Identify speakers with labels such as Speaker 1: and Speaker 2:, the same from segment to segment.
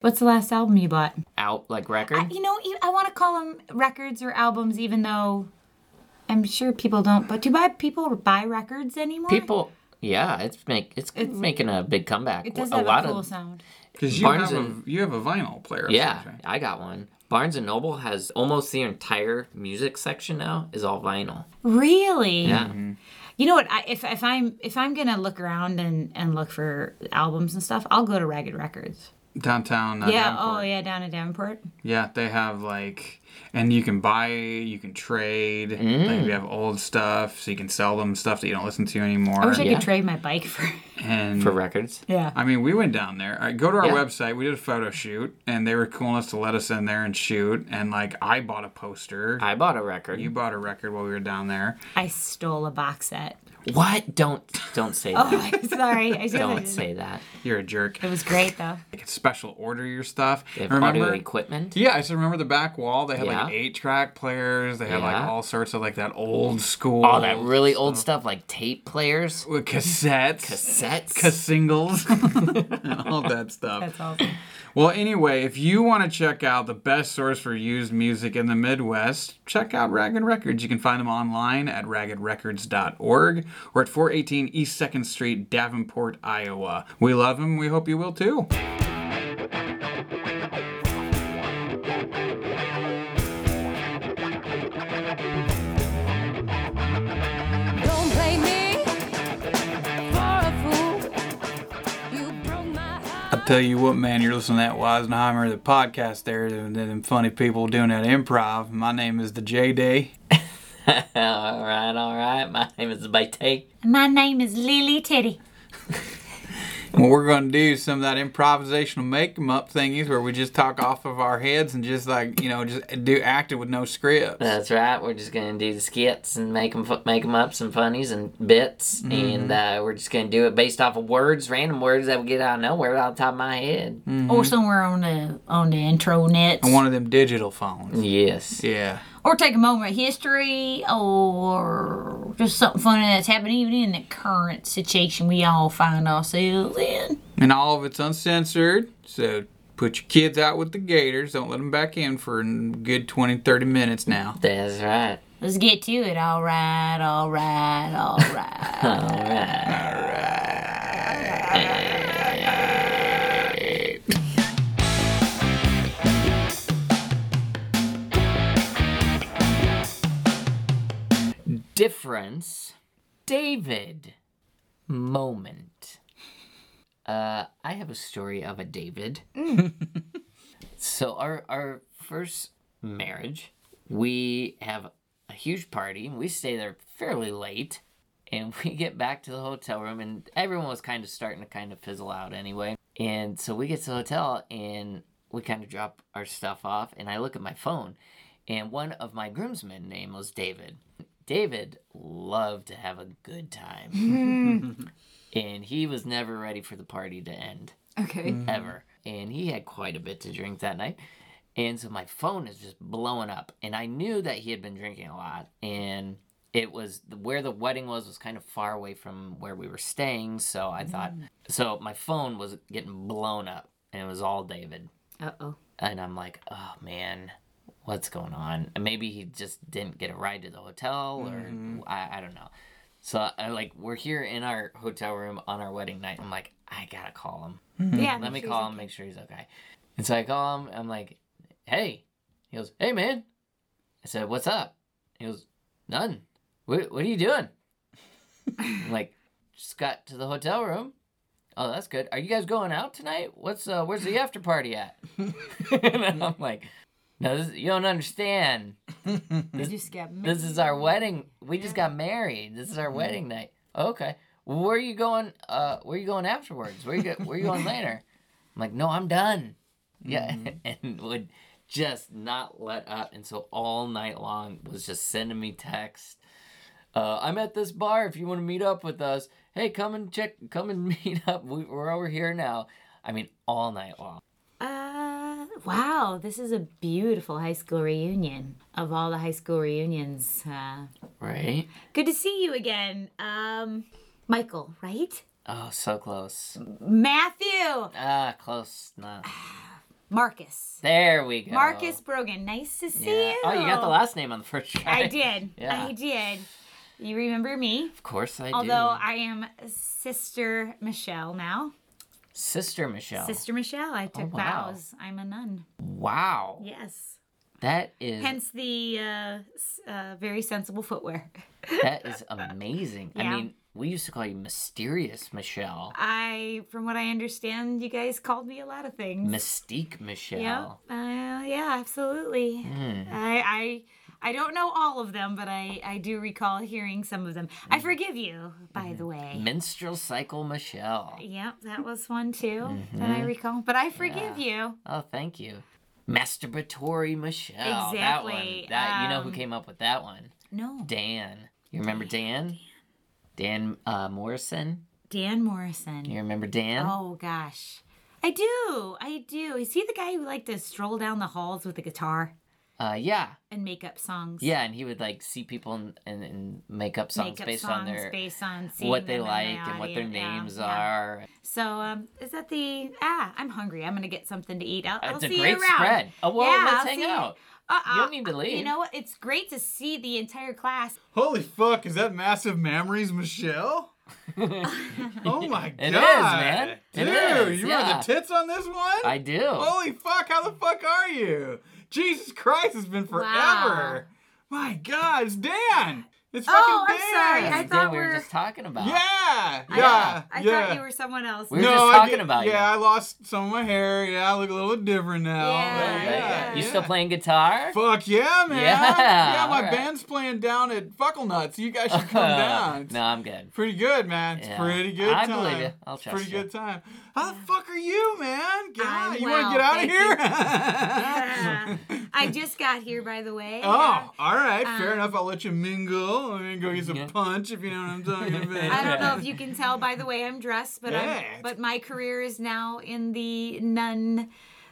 Speaker 1: What's the last album you bought?
Speaker 2: Out like record.
Speaker 1: I- you know, e- I want to call them records or albums, even though I'm sure people don't. But do buy people buy records anymore?
Speaker 2: People, yeah, it's make it's, making a big comeback.
Speaker 1: it does
Speaker 2: a
Speaker 1: have
Speaker 2: lot
Speaker 1: a cool
Speaker 2: of
Speaker 1: sound.
Speaker 3: Because you
Speaker 2: Barnes
Speaker 3: have
Speaker 2: and-
Speaker 3: a you have a vinyl player. of
Speaker 2: yeah,
Speaker 3: some kind.
Speaker 2: I got one. Barnes and Noble has almost the entire music section now is all vinyl.
Speaker 1: Really?
Speaker 2: Yeah,
Speaker 1: You know what? I, if if I'm if I'm gonna look around and and look for albums and stuff, I'll go to Ragged Records.
Speaker 3: downtown. Uh,
Speaker 1: yeah.
Speaker 3: Davenport.
Speaker 1: Oh yeah, down in Davenport.
Speaker 3: Yeah, they have like, and you can buy, you can trade.
Speaker 2: Mm.
Speaker 3: Like we have old stuff, so you can sell them stuff that you don't listen to anymore.
Speaker 1: I wish I
Speaker 2: Yeah.
Speaker 1: could trade my bike for.
Speaker 3: and
Speaker 2: for records.
Speaker 1: Yeah.
Speaker 3: I mean, we went down there. I go to our
Speaker 2: Yeah.
Speaker 3: website. We did a photo shoot, and they were cool enough to let us in there and shoot. And like, I bought a poster.
Speaker 2: I bought a record.
Speaker 3: you bought a record while we were down there.
Speaker 1: I stole a box set.
Speaker 2: What? Don't don't say that.
Speaker 1: Oh, I'm sorry. I should
Speaker 2: Don't
Speaker 1: have.
Speaker 2: say that.
Speaker 3: You're a jerk.
Speaker 1: It was great though.
Speaker 3: I could special order your stuff.
Speaker 2: They have
Speaker 3: Remember?
Speaker 2: audio equipment.
Speaker 3: Yeah, I just remember the back wall. They had
Speaker 2: Yeah.
Speaker 3: like eight track players. They had
Speaker 2: Yeah. Oh,
Speaker 3: like all sorts of like that old school.
Speaker 2: All that really old stuff like tape players,
Speaker 3: with cassettes.
Speaker 2: cassettes.
Speaker 3: Ca- singles, all that stuff.
Speaker 1: That's awesome.
Speaker 3: well, anyway, if you want to check out the best source for used music in the Midwest, check out Ragged Records. You can find them online at raggedrecords.org or at 418 East 2nd Street, Davenport, Iowa. We love them. We hope you will too.
Speaker 4: Don't blame me for a fool. You broke my heart.
Speaker 3: I'll tell you what, man, you're listening to that Weisenheimer, the podcast there, and them funny people doing that improv. My name is the J Day.
Speaker 2: all right, all right. My name is Baite.
Speaker 1: My name is Lily Titty.
Speaker 3: What we're going to do is some of that improvisational make 'em up thingies where we just talk off of our heads and just like, you know, just do acting with no scripts.
Speaker 2: That's right. We're just gonna do the skits and make them make 'em up some funnies and bits, and uh, we're just gonna do it based off of words, random words that we get out of nowhere, out of the top of my head.
Speaker 1: Or somewhere on the on the intro net.
Speaker 3: One of them digital phones.
Speaker 2: Yes.
Speaker 3: Yeah.
Speaker 1: Or take a moment of history or just something funny that's happening even in the current situation we all find ourselves in.
Speaker 3: And all of it's uncensored. So put your kids out with the gators. Don't let them back in for a good 20, 30 minutes now.
Speaker 2: That's right.
Speaker 1: Let's get to it. All right, all right, all right.
Speaker 2: All right. Difference, David, moment. Uh, I have a story of a David. so our our first marriage, we have a huge party. and We stay there fairly late. And we get back to the hotel room, and everyone was kind of starting to kind of fizzle out anyway. And so we get to the hotel, and we kind of drop our stuff off. And I look at my phone, and one of my groomsmen name was David. David loved to have a good time, and he was never ready for the party to end
Speaker 4: Okay.
Speaker 2: ever. And he had quite a bit to drink that night. And so my phone is just blowing up. And I knew that he had been drinking a lot. And it was where the wedding was was kind of far away from where we were staying. So I thought, so my phone was getting blown up. And it was all David.
Speaker 1: Uh oh.
Speaker 2: And I'm like, oh man, what's going on? And Maybe he just didn't get a ride to the hotel, or I, I don't know. So I like we're here in our hotel room on our wedding night. I'm like, I gotta call him.
Speaker 1: Yeah.
Speaker 2: Mm-hmm. Let me call him, make sure he's okay. And so I call him. I'm like, hey. He goes, hey, man. I said, what's up? He goes, none. What, what are you doing? I'm like, just got to the hotel room. Oh, that's good. Are you guys going out tonight? What's uh, where's the after party at? and I'm like, no, this, you don't understand.
Speaker 1: You just got me.
Speaker 2: This is our wedding. We just got married. This is our wedding night. Okay. Well, where are you going? Uh, where are you going afterwards? Where you go, where you going later? I'm like, no, I'm done. Yeah, and would just not let up, and so all night long was just sending me texts. Uh, I'm at this bar. If you want to meet up with us, hey, come and check. Come and meet up. We, we're over here now. I mean, all night long.
Speaker 1: Uh, wow, this is a beautiful high school reunion of all the high school reunions. Uh,
Speaker 2: Right.
Speaker 1: good to see you again, um, Michael. Right,
Speaker 2: Oh, so close.
Speaker 1: Matthew.
Speaker 2: Ah, close. Not.
Speaker 1: Marcus.
Speaker 2: There we go.
Speaker 1: Marcus Brogan. Nice to see
Speaker 2: Yeah.
Speaker 1: you.
Speaker 2: Oh, you got the last name on the first try.
Speaker 1: I did.
Speaker 2: Yeah.
Speaker 1: I did. You remember me?
Speaker 2: Of course I do.
Speaker 1: Although uh, I am Sister Michelle now.
Speaker 2: Sister Michelle.
Speaker 1: Sister Michelle. I took
Speaker 2: Oh. wow.
Speaker 1: vows. I'm a nun.
Speaker 2: Wow.
Speaker 1: Yes.
Speaker 2: That is
Speaker 1: Hence the uh, s- uh, very sensible footwear.
Speaker 2: that is amazing. I
Speaker 1: Yeah.
Speaker 2: mean, we used to call you Mysterious Michelle,
Speaker 1: I, from what I understand, you guys called me a lot of things.
Speaker 2: Mystique Michelle. Hmm.
Speaker 1: Yeah. Uh, yeah, absolutely. I, I I don't know all of them, but I, I do recall hearing some of them.
Speaker 2: Hmm.
Speaker 1: I forgive you,
Speaker 2: Mm-hmm.
Speaker 1: by the way.
Speaker 2: Menstrual Cycle Michelle.
Speaker 1: Yep, that was one too that
Speaker 2: Mm-hmm.
Speaker 1: I recall. But I forgive you.
Speaker 2: Oh, thank you. Masturbatory Michelle. That one.
Speaker 1: Exactly,
Speaker 2: That you know who
Speaker 1: um,
Speaker 2: came up with that one?
Speaker 1: No.
Speaker 2: Dan. You remember Dan? Dan uh, Morrison.
Speaker 1: Dan Morrison.
Speaker 2: You remember Dan?
Speaker 1: Oh gosh. I do. I do. Is he the guy who liked to stroll down the halls with a guitar
Speaker 2: Uh, yeah.
Speaker 1: and make up songs?
Speaker 2: Yeah, and he would like see people and, and, and make up songs
Speaker 1: Make up
Speaker 2: based
Speaker 1: songs
Speaker 2: on their
Speaker 1: based on seeing
Speaker 2: what they
Speaker 1: them in the
Speaker 2: like and what their
Speaker 1: audience. Yeah,
Speaker 2: names
Speaker 1: yeah.
Speaker 2: are.
Speaker 1: So, um, is that the ah? I'm hungry. I'm gonna get something to eat. I'll, I'll
Speaker 2: It's a
Speaker 1: see
Speaker 2: great
Speaker 1: you around.
Speaker 2: spread. Oh, well,
Speaker 1: Yeah,
Speaker 2: let's
Speaker 1: I'll
Speaker 2: hang
Speaker 1: see you.
Speaker 2: out.
Speaker 1: Uh,
Speaker 2: You don't
Speaker 1: uh,
Speaker 2: need to leave.
Speaker 1: You know what? It's great to see the entire class.
Speaker 3: Holy fuck, is that massive memories, Michelle? oh my god.
Speaker 2: It is, man. It
Speaker 3: Dude,
Speaker 2: is,
Speaker 3: you
Speaker 2: yeah.
Speaker 3: are the tits on this one?
Speaker 2: I do.
Speaker 3: Holy fuck, how the fuck are you? Jesus Christ, it's been forever.
Speaker 1: Wow.
Speaker 3: My god, it's Dan. It's fucking
Speaker 1: Oh,
Speaker 3: Dan.
Speaker 1: I'm sorry. I
Speaker 2: Dan,
Speaker 1: thought
Speaker 2: we
Speaker 1: we're.
Speaker 2: were just talking about.
Speaker 3: Yeah.
Speaker 1: I
Speaker 3: yeah.
Speaker 1: thought- I
Speaker 3: yeah.
Speaker 1: thought you were someone else.
Speaker 2: We were just
Speaker 3: I
Speaker 2: talking
Speaker 3: did-
Speaker 2: about you.
Speaker 3: yeah, I lost some of my hair. Yeah, I look a little different now.
Speaker 1: Yeah,
Speaker 2: Yeah,
Speaker 1: yeah.
Speaker 2: You still playing guitar?
Speaker 3: Fuck yeah, man.
Speaker 2: Yeah,
Speaker 3: Yeah, my
Speaker 2: alright.
Speaker 3: band's playing down at Fuckle Nuts. You guys should come down. It's
Speaker 2: no, I'm good.
Speaker 3: Pretty good, man. It's
Speaker 2: Yeah.
Speaker 3: pretty good
Speaker 2: I
Speaker 3: time.
Speaker 2: believe you. I'll
Speaker 3: It's
Speaker 2: trust
Speaker 3: Pretty
Speaker 2: you.
Speaker 3: good time. How the fuck are you, man? God,
Speaker 1: I'm
Speaker 3: you
Speaker 1: well,
Speaker 3: want to get out of
Speaker 1: thank
Speaker 3: here?
Speaker 1: Uh, I just got here, by the way.
Speaker 3: oh, all right. Fair
Speaker 1: Um,
Speaker 3: enough. I'll let you mingle. I'm gonna go get some
Speaker 2: Yeah.
Speaker 3: punch if you know what I'm talking about.
Speaker 1: I don't know if you can tell by the way I'm dressed, but
Speaker 3: Yeah.
Speaker 1: I'm, but my career is now in the nun,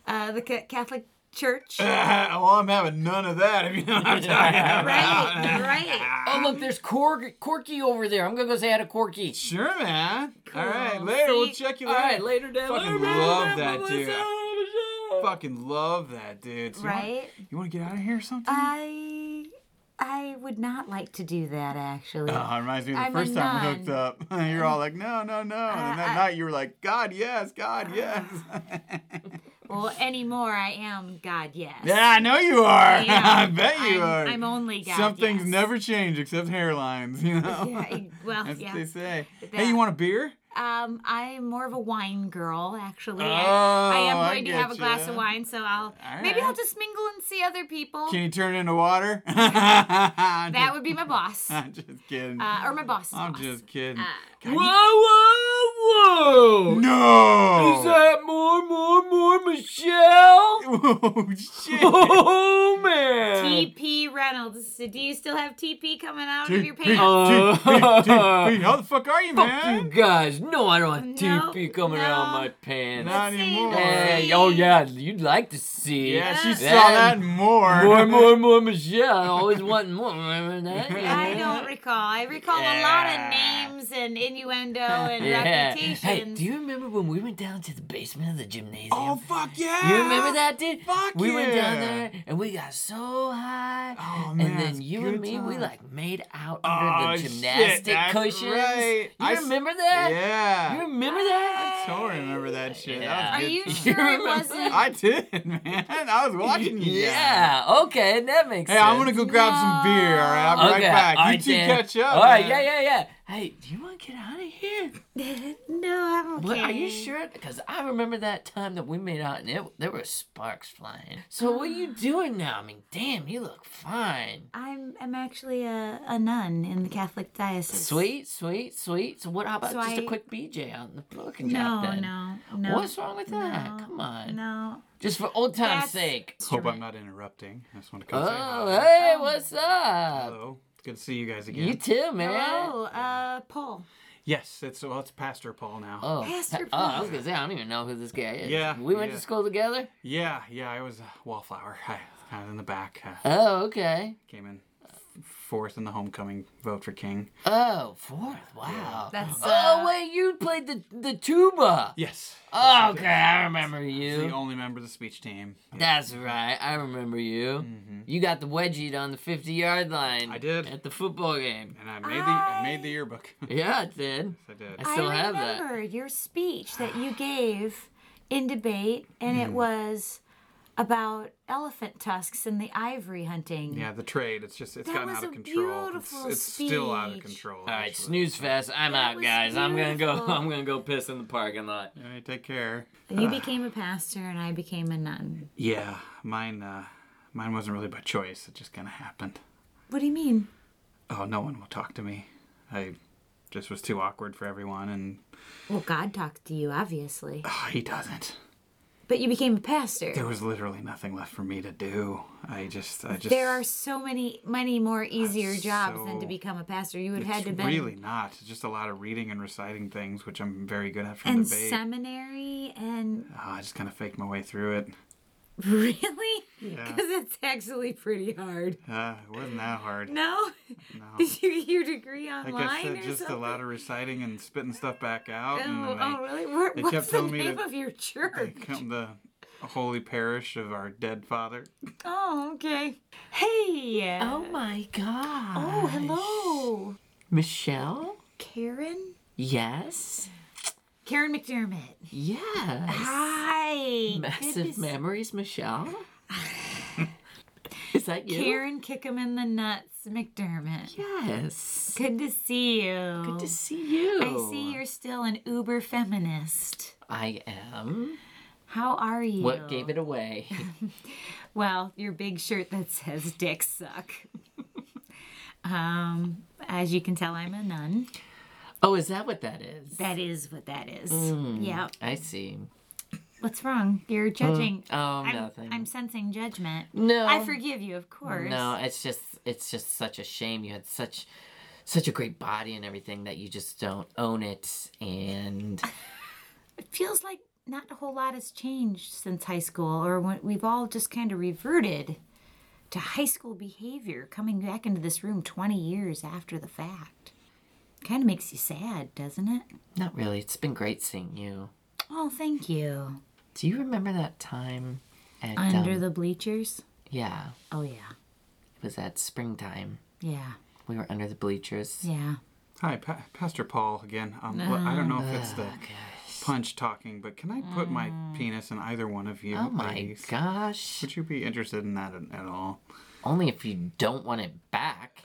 Speaker 1: uh, the ca- Catholic Church.
Speaker 3: Uh,
Speaker 1: right,
Speaker 3: well, I'm having none of that. If you know what I'm talking about. uh,
Speaker 1: right.
Speaker 2: Oh, look, there's Cork- Corky over there. I'm going to go say hi to Corky.
Speaker 3: Sure, man. All right,
Speaker 1: Cool.
Speaker 3: later. We'll
Speaker 1: See-
Speaker 3: check you
Speaker 2: All
Speaker 3: later.
Speaker 2: right, later, Dan.
Speaker 3: Fucking
Speaker 2: Later, man.
Speaker 3: love
Speaker 2: Bye,
Speaker 3: that
Speaker 2: bye,
Speaker 3: dude.
Speaker 2: bye, bye, bye.
Speaker 3: Fucking love that, dude. So you wanna-
Speaker 1: Right.
Speaker 3: You want to get out of here or something?
Speaker 1: I I would not like to do that actually.
Speaker 3: Oh, it reminds me of the
Speaker 1: I'm a
Speaker 3: first time we hooked
Speaker 1: nun. Uh,
Speaker 3: up. You're all like, no, no, no. and that
Speaker 1: I- Uh.
Speaker 3: night you were like, God, yes, God, yes.
Speaker 1: well, anymore I am God. Yes.
Speaker 3: yeah, I know you are.
Speaker 1: Yeah,
Speaker 3: I bet you
Speaker 1: I'm,
Speaker 3: are.
Speaker 1: I'm only God.
Speaker 3: Some things
Speaker 1: yes.
Speaker 3: never change except hairlines, you know?
Speaker 1: Yeah, I- well,
Speaker 3: That's
Speaker 1: yeah.
Speaker 3: what they say.
Speaker 1: that-
Speaker 3: Hey, you want a beer?
Speaker 1: Um, I'm more of a wine girl, actually. I, I am
Speaker 3: Oh, I
Speaker 1: going to have a
Speaker 3: getcha.
Speaker 1: glass of wine, so I'll maybe
Speaker 3: right.
Speaker 1: I'll just mingle and see other people.
Speaker 3: Can you turn it into water? I'm
Speaker 1: Oh. that
Speaker 3: just-
Speaker 1: would be my boss, uh,
Speaker 3: I'm just kidding.
Speaker 1: or my boss's
Speaker 3: I'm
Speaker 1: boss.
Speaker 3: just kidding.
Speaker 1: Uh,
Speaker 3: God, you-
Speaker 2: Whoa, whoa, whoa!
Speaker 3: no!
Speaker 2: Is that more, more, more Michelle?
Speaker 3: oh, shit.
Speaker 2: Oh man!
Speaker 1: TP Reynolds. Do you still have TP coming out of your
Speaker 3: Dude, dude, dude, dude, dude,
Speaker 1: pants?
Speaker 3: how the fuck are you, man?
Speaker 2: You guys, no, I don't want
Speaker 1: No,
Speaker 2: TP coming out of
Speaker 1: no.
Speaker 2: my pants.
Speaker 3: Not
Speaker 1: see,
Speaker 3: anymore.
Speaker 1: let's
Speaker 2: Hey,
Speaker 1: see.
Speaker 2: oh yeah, you'd like to see.
Speaker 3: Yeah, she
Speaker 1: Yeah.
Speaker 3: saw that and more.
Speaker 2: More, more, more Michelle. I always want more. Remember that?
Speaker 1: I don't recall. I recall a lot of
Speaker 3: Yeah.
Speaker 1: names and innuendo and
Speaker 2: Yeah.
Speaker 1: reputations.
Speaker 2: Hey, do you remember when we went down to the basement of the gymnasium?
Speaker 3: Oh fuck yeah!
Speaker 2: You remember that, dude?
Speaker 3: Fuck
Speaker 2: we went down
Speaker 3: yeah.
Speaker 2: there and we got so high.
Speaker 3: Oh, man,
Speaker 2: and
Speaker 3: it's
Speaker 2: then you
Speaker 3: good
Speaker 2: and me, we
Speaker 3: times.
Speaker 2: like made out
Speaker 3: Oh,
Speaker 2: under the
Speaker 3: shit,
Speaker 2: gymnastic
Speaker 3: that's
Speaker 2: cushions.
Speaker 3: right.
Speaker 2: You
Speaker 3: I s-
Speaker 2: remember that?
Speaker 3: Yeah.
Speaker 2: You remember that?
Speaker 3: I totally remember that shit. That
Speaker 1: Are
Speaker 3: was good
Speaker 1: you
Speaker 3: times.
Speaker 1: sure it
Speaker 2: remember
Speaker 1: wasn't?
Speaker 3: I did, man. I was watching you. guys.
Speaker 2: Yeah. Okay, that makes
Speaker 3: Hey,
Speaker 2: sense.
Speaker 3: I'm gonna go grab some beer. All right, I'm right
Speaker 2: Okay,
Speaker 3: back. You
Speaker 2: all right,
Speaker 3: two
Speaker 2: Dan.
Speaker 3: catch up.
Speaker 2: All right,
Speaker 3: man.
Speaker 2: yeah, yeah, yeah. Hey, do you want to get out of here?
Speaker 1: no, I'm okay.
Speaker 2: What, are you sure? Because I remember that time that we made out and it, there were sparks flying. So what are you doing now? I mean, damn, you look fine.
Speaker 1: I'm I'm actually a, a nun in the Catholic diocese.
Speaker 2: Sweet, sweet, sweet. So what how about
Speaker 1: So
Speaker 2: just a
Speaker 1: I-
Speaker 2: quick BJ out in the looking
Speaker 1: No,
Speaker 2: job then?
Speaker 1: no, no.
Speaker 2: What's wrong with that?
Speaker 1: No,
Speaker 2: Come on.
Speaker 1: No.
Speaker 2: Just for old
Speaker 1: That's-
Speaker 2: time's sake.
Speaker 3: Hope I'm not interrupting. I just want to come say
Speaker 2: Oh,
Speaker 3: hi.
Speaker 2: hey, what's up?
Speaker 3: Hello. It's good to see you guys again.
Speaker 2: You too, man.
Speaker 1: Hello, uh, Paul.
Speaker 3: Yes, it's well, it's Pastor Paul now.
Speaker 2: Oh,
Speaker 1: Pastor
Speaker 2: oh, I
Speaker 1: Paul.
Speaker 2: was gonna say I don't even know who this guy is.
Speaker 3: Yeah,
Speaker 2: we went
Speaker 3: yeah.
Speaker 2: to school together.
Speaker 3: Yeah, yeah. I was a wallflower. I, I was in the back. Uh,
Speaker 2: Oh, okay.
Speaker 3: came in fourth in the homecoming vote for King.
Speaker 2: Oh, fourth. Wow.
Speaker 1: That's,
Speaker 2: oh
Speaker 1: uh,
Speaker 2: wait, you played the the tuba.
Speaker 3: Yes.
Speaker 2: Oh, okay, I remember
Speaker 3: The
Speaker 2: you.
Speaker 3: only member of the speech team.
Speaker 2: That's right, I remember you. You got the wedgie on the fifty yard line.
Speaker 3: Mm-hmm. I did.
Speaker 2: at the football game.
Speaker 3: And I made the I made the yearbook.
Speaker 2: Yeah, it did.
Speaker 3: I did.
Speaker 2: I still
Speaker 1: I
Speaker 2: have that.
Speaker 1: remember your speech that you gave in debate, and
Speaker 3: Hmm.
Speaker 1: it was about elephant tusks and the ivory hunting.
Speaker 3: Yeah, the trade. It's just it's
Speaker 1: That
Speaker 3: gotten
Speaker 1: was
Speaker 3: out of
Speaker 1: a
Speaker 3: control. It's,
Speaker 1: beautiful
Speaker 3: it's still out of
Speaker 1: speech.
Speaker 3: control.
Speaker 2: All right,
Speaker 3: actually.
Speaker 2: snooze fest. I'm
Speaker 1: That
Speaker 2: out,
Speaker 1: was
Speaker 2: guys. I'm gonna go.
Speaker 1: beautiful.
Speaker 2: I'm gonna go piss in the parking lot.
Speaker 3: All right, take care.
Speaker 1: You became a pastor, and I became a nun.
Speaker 3: Yeah, mine uh, mine wasn't really by choice. It just kind of happened.
Speaker 1: What do you mean?
Speaker 3: Oh, no one will talk to me. I just was too awkward for everyone, and
Speaker 1: Well, God talked to you, obviously.
Speaker 3: oh, he doesn't.
Speaker 1: But you became a pastor.
Speaker 3: There was literally nothing left for me to do. I just, I just.
Speaker 1: There are so many, many more easier jobs than to
Speaker 3: so-
Speaker 1: become a pastor. You would have
Speaker 3: It's
Speaker 1: had to been
Speaker 3: really not. It's just a lot of reading and reciting things, which I'm very good at from
Speaker 1: and
Speaker 3: debate.
Speaker 1: seminary and
Speaker 3: Oh, I just kind of faked my way through it.
Speaker 1: really because it's actually pretty hard.
Speaker 3: Uh, it wasn't that hard.
Speaker 1: No, did you get your degree online
Speaker 3: like I said,
Speaker 1: or
Speaker 3: just
Speaker 1: something?
Speaker 3: a lot of reciting and spitting stuff back out. and
Speaker 1: Oh,
Speaker 3: I-
Speaker 1: oh, really? What,
Speaker 3: they
Speaker 1: what's
Speaker 3: kept
Speaker 1: the
Speaker 3: telling me
Speaker 1: name
Speaker 3: to-
Speaker 1: of your church?
Speaker 3: They come the holy parish of our dead father.
Speaker 1: Oh, okay. Hey.
Speaker 2: Oh my god.
Speaker 1: Oh, hello,
Speaker 2: Michelle.
Speaker 1: Karen.
Speaker 2: Yes.
Speaker 1: Karen McDermott.
Speaker 2: Yes.
Speaker 1: Hi.
Speaker 2: Massive memories, Michelle. Is that you?
Speaker 1: Karen kick 'em in the nuts, McDermott.
Speaker 2: Yes.
Speaker 1: Good to see you.
Speaker 2: Good to see you.
Speaker 1: I see you're still an uber feminist.
Speaker 2: I am.
Speaker 1: How are you?
Speaker 2: What gave it away?
Speaker 1: Well, your big shirt that says "dicks suck." um, as you can tell, I'm a nun.
Speaker 2: oh, is that what that is?
Speaker 1: That is what that is.
Speaker 2: Hmm.
Speaker 1: Yeah.
Speaker 2: I see.
Speaker 1: What's wrong? You're judging.
Speaker 2: Oh,
Speaker 1: I'm,
Speaker 2: nothing.
Speaker 1: I'm sensing judgment.
Speaker 2: no.
Speaker 1: I forgive you, of course.
Speaker 2: No, it's just it's just such a shame. You had such such a great body and everything that you just don't own it. And
Speaker 1: It feels like not a whole lot has changed since high school, or when we've all just kind of reverted to high school behavior, coming back into this room 20 years after the fact. Kind of makes you sad, doesn't it?
Speaker 2: not really. It's been great seeing you.
Speaker 1: Oh, thank you.
Speaker 2: Do you remember that time? At,
Speaker 1: Under
Speaker 2: um,
Speaker 1: the bleachers?
Speaker 2: yeah,
Speaker 1: Oh, yeah.
Speaker 2: it was at springtime.
Speaker 1: Yeah.
Speaker 2: We were under the bleachers.
Speaker 1: Yeah.
Speaker 3: Hi, pa- Pastor Paul again. Um, well, I don't know if it's the
Speaker 1: Ah,
Speaker 3: punch talking, but can I put my
Speaker 1: Mm.
Speaker 3: penis in either one of you,
Speaker 2: Oh my
Speaker 3: ladies?
Speaker 2: gosh!
Speaker 3: Would you be interested in that at, at all?
Speaker 2: Only if you don't want it back.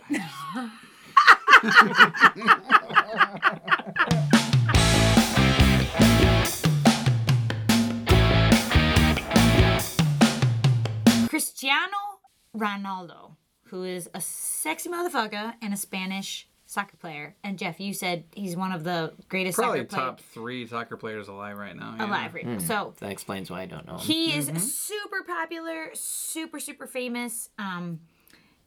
Speaker 1: Cristiano Ronaldo, who is a sexy motherfucker and a Spanish soccer player. And Jeff, you said he's one of the greatest
Speaker 3: Probably
Speaker 1: soccer players
Speaker 3: top three soccer players alive right now. yeah.
Speaker 1: alive. right now. So
Speaker 2: That explains why I don't know. Him.
Speaker 1: he is super popular, super super famous. Um,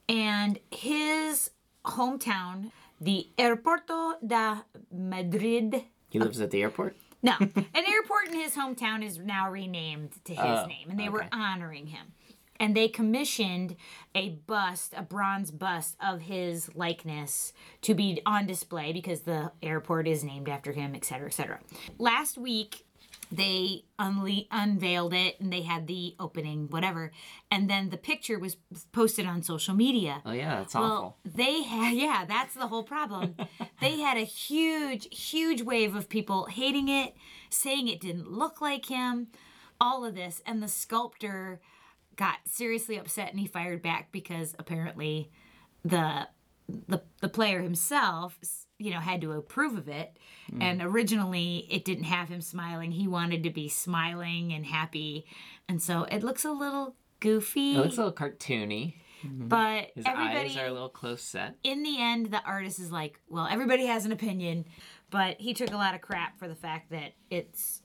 Speaker 1: and his hometown, the Aeropuerto de Madrid.
Speaker 2: He lives at the airport.
Speaker 1: No, an airport in his hometown is now renamed to his name, and they were honoring him. And they commissioned a bust, a bronze bust of his likeness to be on display because the airport is named after him, et cetera, et cetera. Last week, they unle- unveiled it and they had the opening, whatever. And then the picture was posted on social media.
Speaker 2: Oh yeah, that's
Speaker 1: Well,
Speaker 2: awful.
Speaker 1: they had, yeah, that's the whole problem. they had a huge, huge wave of people hating it, saying it didn't look like him, all of this. And the sculptor got seriously upset and he fired back because apparently the the, the player himself s- you know had to approve of it
Speaker 2: Hmm.
Speaker 1: and originally it didn't have him smiling he wanted to be smiling and happy and so it looks a little goofy
Speaker 2: It looks a little cartoony.
Speaker 1: but
Speaker 2: His
Speaker 1: everybody
Speaker 2: eyes are a little close set.
Speaker 1: in the end, the artist is like, well, everybody has an opinion, but he took a lot of crap for the fact that it's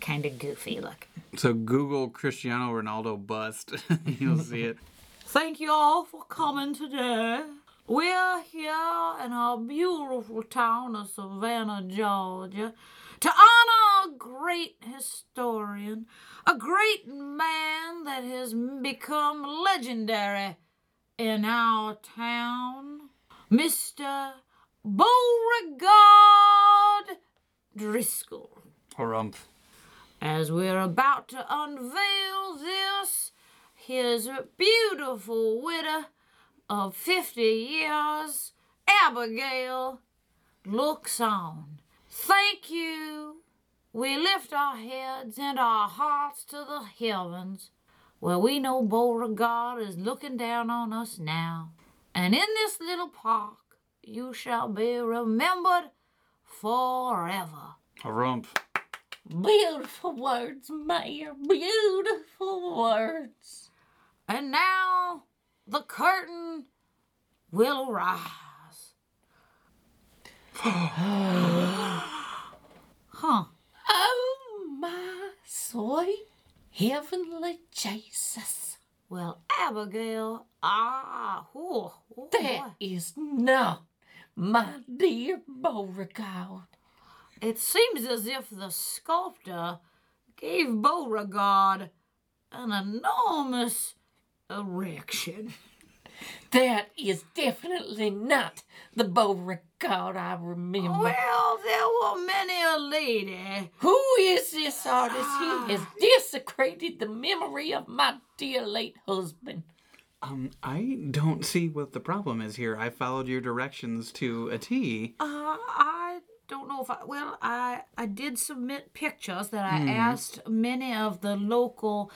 Speaker 1: kind of goofy Look,
Speaker 3: So Google Cristiano Ronaldo bust. You'll see it.
Speaker 1: Thank you all for coming today. We're here in our beautiful town of Savannah, Georgia, to honor a great historian, a great man that has become legendary in our town, Mr. Beauregard Driscoll.
Speaker 3: Harumph.
Speaker 1: As we're about to unveil this, his beautiful widow of 50 years, Abigail, looks on. Thank you. We lift our heads and our hearts to the heavens, where we know Beauregard is looking down on us now. And in this little park, you shall be remembered forever.
Speaker 3: Harumph.
Speaker 2: Beautiful words, Mayor. Beautiful words.
Speaker 1: And now the curtain will rise. huh.
Speaker 2: Oh, my sweet heavenly Jesus.
Speaker 1: Well, Abigail, ah, whoo, oh boy.
Speaker 2: That is not my dear Beauregard.
Speaker 1: It seems as if the sculptor gave Beauregard an enormous erection.
Speaker 2: That is definitely not the Beauregard I remember.
Speaker 1: Well, there were many a lady.
Speaker 2: Who is this artist?
Speaker 1: Ah.
Speaker 2: He has desecrated the memory of my dear late husband.
Speaker 3: Um, I don't see what the problem is here. I followed your directions to a T.
Speaker 1: Uh, I don't know if I. Well, I I did submit pictures that I asked many of the local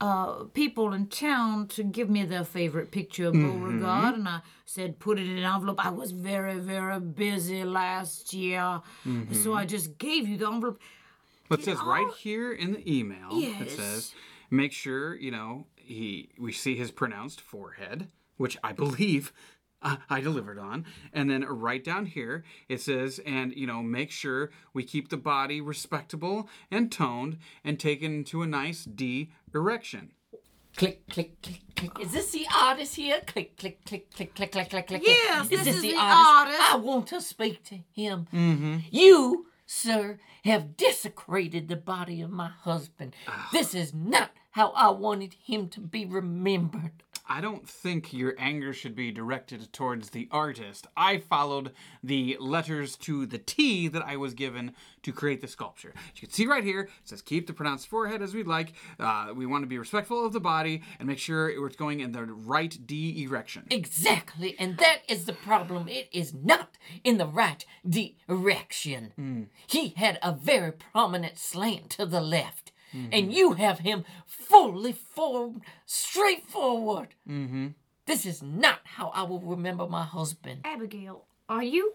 Speaker 1: uh, people in town to give me their favorite picture of Beauregard, and I said put it in an envelope. I was very very busy last year, so I just gave you the envelope.
Speaker 3: But it says right here in the email. It
Speaker 1: Yes.
Speaker 3: says, make sure you know he we see his pronounced forehead, which I believe uh, I delivered on, and then right down here it says, and you know make sure we keep the body respectable and toned and taken to a nice D erection.
Speaker 2: Click, click, click, click. Is this the artist here? Click, click, click, click, click, click, click, click.
Speaker 1: Yes,
Speaker 2: click.
Speaker 1: this is the artist.
Speaker 2: I want to speak to him. You, sir, have desecrated the body of my husband. This is not how I wanted him to be remembered.
Speaker 3: I don't think your anger should be directed towards the artist. I followed the letters to the T that I was given to create the sculpture. As you can see right here, it says keep the pronounced forehead as we'd like. Uh, we want to be respectful of the body and make sure it's going in the right D erection.
Speaker 2: Exactly, and that is the problem. It is not in the right direction. He had a very prominent slant to the left, and you have him fully formed, straight forward. Mm-hmm. This is not how I will remember my husband.
Speaker 1: Abigail, are you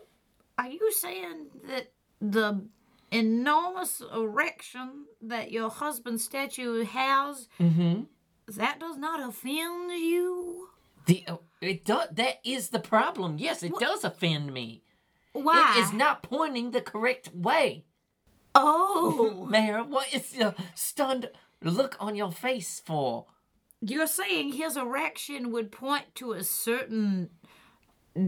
Speaker 1: are you saying that the enormous erection that your husband's statue has
Speaker 2: Mm-hmm.
Speaker 1: that does not offend you?
Speaker 2: The uh, it do, that is the problem. Yes, it does offend me.
Speaker 1: Why?
Speaker 2: It is not pointing the correct way.
Speaker 1: Oh,
Speaker 2: Mayor, what is the stunned look on your face for?
Speaker 1: you're saying his erection would point to a certain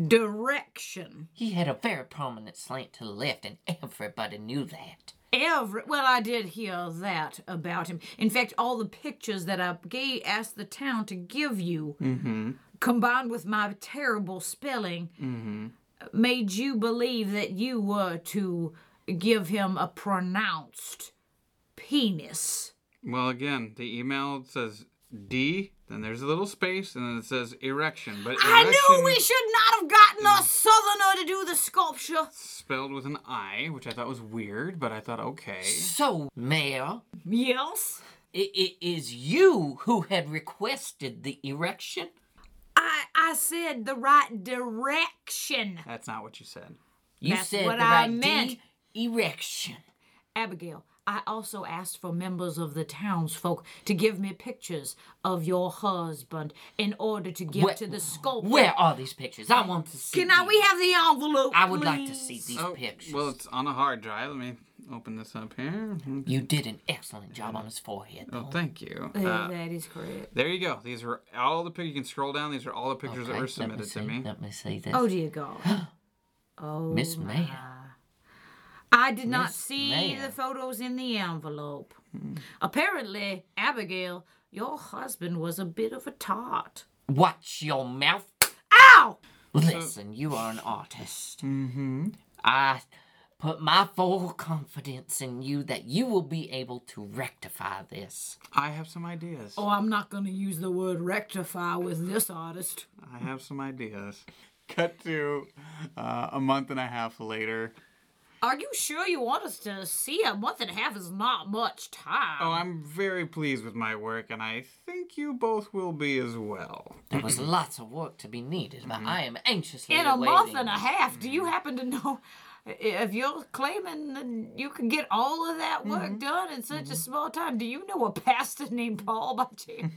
Speaker 1: direction.
Speaker 2: He had a very prominent slant to the left, and everybody knew that.
Speaker 1: Every well, I did hear that about him. In fact, all the pictures that I gave, asked the town to give you, combined with my terrible spelling, made you believe that you were to give him a pronounced penis.
Speaker 3: Well, again, the email says D, then there's a little space, and then it says erection. But
Speaker 1: I
Speaker 3: erection
Speaker 1: knew we should not have gotten a southerner to do the sculpture.
Speaker 3: spelled with an I, which I thought was weird, but I thought okay.
Speaker 2: So, Mayor,
Speaker 1: Yes.
Speaker 2: i- it is you who had requested the erection?
Speaker 1: I I said the right direction.
Speaker 3: That's not what you said.
Speaker 2: You
Speaker 1: That's
Speaker 2: said
Speaker 1: what
Speaker 2: the
Speaker 1: I
Speaker 2: right
Speaker 1: meant.
Speaker 2: D, erection.
Speaker 1: Abigail, I also asked for members of the townsfolk to give me pictures of your husband in order to give
Speaker 2: Where-
Speaker 1: to the sculptor.
Speaker 2: Where are these pictures? I want to see.
Speaker 1: Can I, we
Speaker 2: these.
Speaker 1: have the envelope?
Speaker 2: I would like to see
Speaker 1: please?
Speaker 2: these pictures.
Speaker 3: Oh, Well, it's on a hard drive. Let me open this up here.
Speaker 2: you did an excellent job on his forehead.
Speaker 3: Oh,
Speaker 2: though.
Speaker 3: thank you.
Speaker 1: Uh,
Speaker 3: Uh,
Speaker 1: that is correct.
Speaker 3: There you go. These are all the pictures. You can scroll down. These are all the pictures
Speaker 2: Okay,
Speaker 3: that were
Speaker 2: let me
Speaker 3: submitted
Speaker 2: see,
Speaker 3: to me.
Speaker 2: Let me see this.
Speaker 1: Oh dear God. Oh,
Speaker 2: Miss Mayor.
Speaker 1: I did not
Speaker 2: Miss
Speaker 1: see
Speaker 2: Mayor. Hmm.
Speaker 1: the photos in the envelope. Apparently, Abigail, your husband was a bit of a tart.
Speaker 2: Watch your mouth.
Speaker 1: Ow!
Speaker 2: Listen, you are an artist. Mm-hmm. I put my full confidence in you that you will be able to rectify this.
Speaker 3: I have some ideas.
Speaker 1: Oh, I'm not going to use the word rectify with this artist.
Speaker 3: I have some ideas. Cut to uh, a month and a half later.
Speaker 1: Are you sure you want us to see a month and a half is not much time?
Speaker 3: Oh, I'm very pleased with my work, and I think you both will be as well.
Speaker 2: There was lots of work to be needed,
Speaker 3: Mm-hmm.
Speaker 2: but I am anxiously
Speaker 1: in a
Speaker 2: awaiting.
Speaker 1: month and a half, do you happen to know if you're claiming that you can get all of that work
Speaker 3: Mm-hmm.
Speaker 1: done in such a small time? Do you know a pastor named Paul by chance?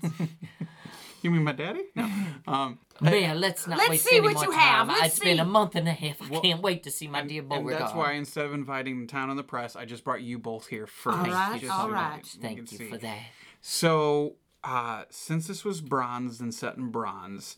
Speaker 3: You mean my daddy? No. Um,
Speaker 2: Mayor, let's not
Speaker 1: Let's
Speaker 2: waste
Speaker 1: see
Speaker 2: any
Speaker 1: what
Speaker 2: more
Speaker 1: you have.
Speaker 2: time.
Speaker 1: Let's
Speaker 2: it's been
Speaker 1: see.
Speaker 2: a month and a half. I can't wait to see my dear
Speaker 3: and
Speaker 2: Beauregard.
Speaker 3: that's why instead of inviting the town and the press, I just brought you both here first.
Speaker 1: All right,
Speaker 3: Just
Speaker 1: all
Speaker 3: so
Speaker 1: right.
Speaker 3: that
Speaker 2: Thank you
Speaker 3: can see.
Speaker 2: for that.
Speaker 3: So, uh, since this was bronzed and set in bronze,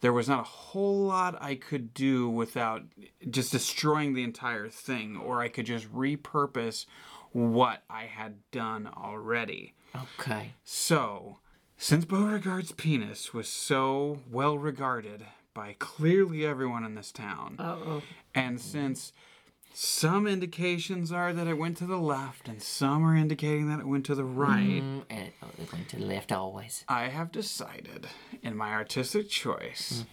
Speaker 3: there was not a whole lot I could do without just destroying the entire thing, or I could just repurpose what I had done already.
Speaker 2: Okay.
Speaker 3: So, since Beauregard's penis was so well regarded by clearly everyone in this town, and since some indications are that it went to the left and some are indicating that it went to the right,
Speaker 2: Mm, and oh, it went to the left always.
Speaker 3: I have decided in my artistic choice.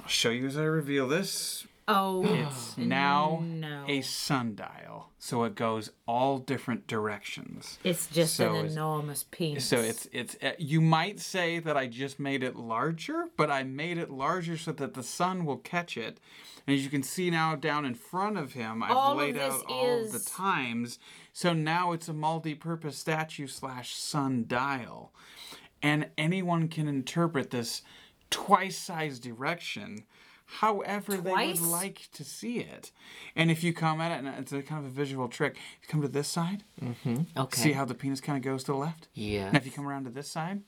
Speaker 3: I'll show you as I reveal this.
Speaker 1: Oh,
Speaker 3: It's now
Speaker 1: no.
Speaker 3: a sundial, so it goes all different directions.
Speaker 1: it's just
Speaker 3: So
Speaker 1: an
Speaker 3: is-
Speaker 1: enormous penis.
Speaker 3: So it's it's uh, you might say that I just made it larger, but I made it larger so that the sun will catch it. And as you can see now down in front of him, I've
Speaker 1: All of
Speaker 3: laid
Speaker 1: this
Speaker 3: out all of the
Speaker 1: is-
Speaker 3: times. So now it's a multi-purpose statue slash sundial, and anyone can interpret this twice-sized direction. However,
Speaker 1: Twice?
Speaker 3: they would like to see it. And if you come at it, and it's a kind of a visual trick, you come to this side,
Speaker 2: Okay.
Speaker 3: see how the penis kind of goes to the left?
Speaker 2: Yeah.
Speaker 3: And if you come around to this side,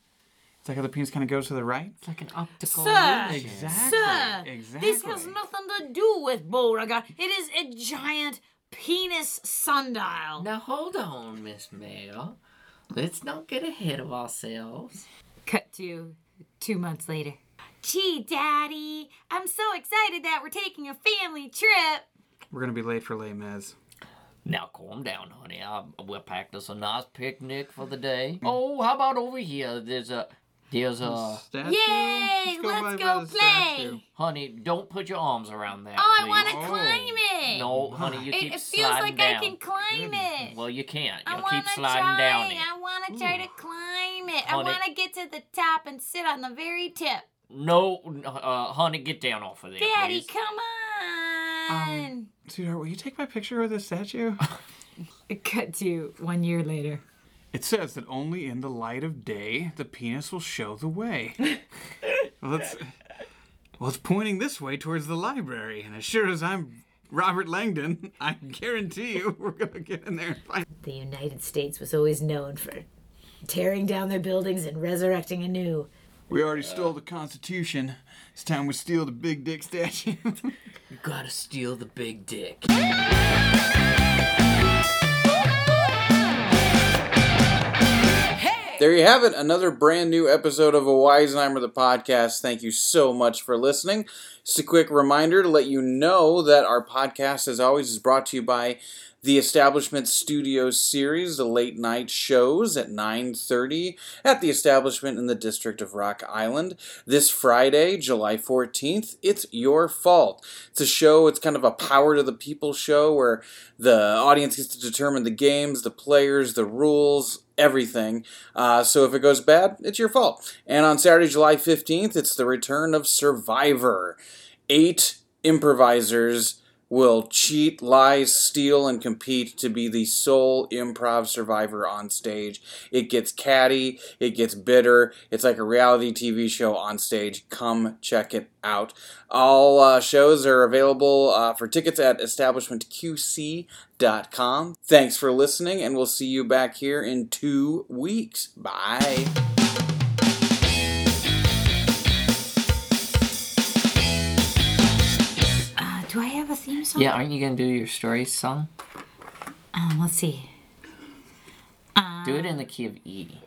Speaker 3: it's like how the penis kind of goes to the right.
Speaker 2: It's like an optical
Speaker 1: Sir!
Speaker 2: illusion.
Speaker 3: Exactly.
Speaker 1: Sir,
Speaker 3: Exactly.
Speaker 1: this has nothing to do with Beauregard. It is a giant penis sundial.
Speaker 2: Now hold on, Miss Mayor. Let's not get ahead of ourselves.
Speaker 1: Cut to two months later. Gee, Daddy, I'm so excited that we're taking a family trip.
Speaker 3: We're gonna be late for Les Mis.
Speaker 2: Now calm down, honey. I, we'll pack us a nice picnic for the day. Oh, how about over here? There's a, there's a,
Speaker 3: Statue?
Speaker 1: Uh, Yay,
Speaker 3: by-
Speaker 1: let's
Speaker 3: by
Speaker 1: go
Speaker 3: the statue.
Speaker 1: play.
Speaker 2: honey. Don't put your arms around that.
Speaker 1: Oh, I
Speaker 2: please.
Speaker 1: want to
Speaker 3: Oh.
Speaker 1: climb it.
Speaker 2: No, honey, you
Speaker 1: it,
Speaker 2: keep
Speaker 1: it feels
Speaker 2: sliding
Speaker 1: like
Speaker 2: down. Mm,
Speaker 1: I can climb it.
Speaker 2: Well, you can't.
Speaker 1: I
Speaker 2: You'll
Speaker 1: want
Speaker 2: keep
Speaker 1: to
Speaker 2: sliding
Speaker 1: try.
Speaker 2: down it.
Speaker 1: I want to try to climb it. I
Speaker 2: Honey.
Speaker 1: want to get to the top and sit on the very tip.
Speaker 2: No, uh, honey, get down off of there,
Speaker 1: Daddy,
Speaker 2: please.
Speaker 1: come on.
Speaker 3: Sweetheart, will you take my picture with this statue?
Speaker 1: Cut to one year later.
Speaker 3: it says that only in the light of day the penis will show the way. well, it's, well, it's pointing this way towards the library, and as sure as I'm Robert Langdon, I guarantee you we're gonna get in there and find.
Speaker 1: The United States was always known for tearing down their buildings and resurrecting anew.
Speaker 3: We already stole the Constitution. It's time we steal the big dick statue.
Speaker 2: You gotta steal the big dick.
Speaker 5: There you have it, another brand new episode of A Weisenheimer the Podcast. Thank you so much for listening. Just a quick reminder to let you know that our podcast, as always, is brought to you by the Establishment Studios series, the late night shows at 9.30 at the Establishment in the District of Rock Island. This Friday, July 14th, it's Your Fault. It's a show, it's kind of a power to the people show where the audience gets to determine the games, the players, the rules, everything. Uh, so if it goes bad, it's your fault. And on Saturday, July 15th, it's the return of Survivor. Eight improvisers will cheat, lie, steal, and compete to be the sole improv survivor on stage. It gets catty, it gets bitter. It's like a reality TV show on stage. Come check it out. All uh, shows are available uh, for tickets at establishmentqc.com. Thanks for listening, and we'll see you back here in two weeks. Bye.
Speaker 1: Uh, do I have a theme song?
Speaker 2: Yeah, aren't you gonna do your story song?
Speaker 1: Um, let's see.
Speaker 2: Do it in the key of E.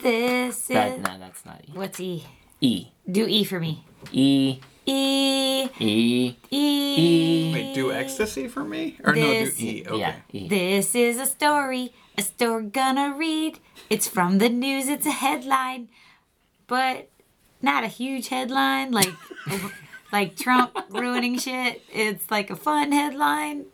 Speaker 1: This is. Uh.
Speaker 2: That, no, that's not E.
Speaker 1: What's E?
Speaker 2: E.
Speaker 1: Do E for me.
Speaker 2: E.
Speaker 1: E
Speaker 2: E.
Speaker 1: E.
Speaker 3: Wait, do ecstasy for me? Or no, do
Speaker 1: This-
Speaker 3: E. Okay.
Speaker 2: Yeah. E.
Speaker 1: This is a story, a story gonna read. It's from the news, it's a headline, but not a huge headline like like Trump ruining shit. It's like a fun headline.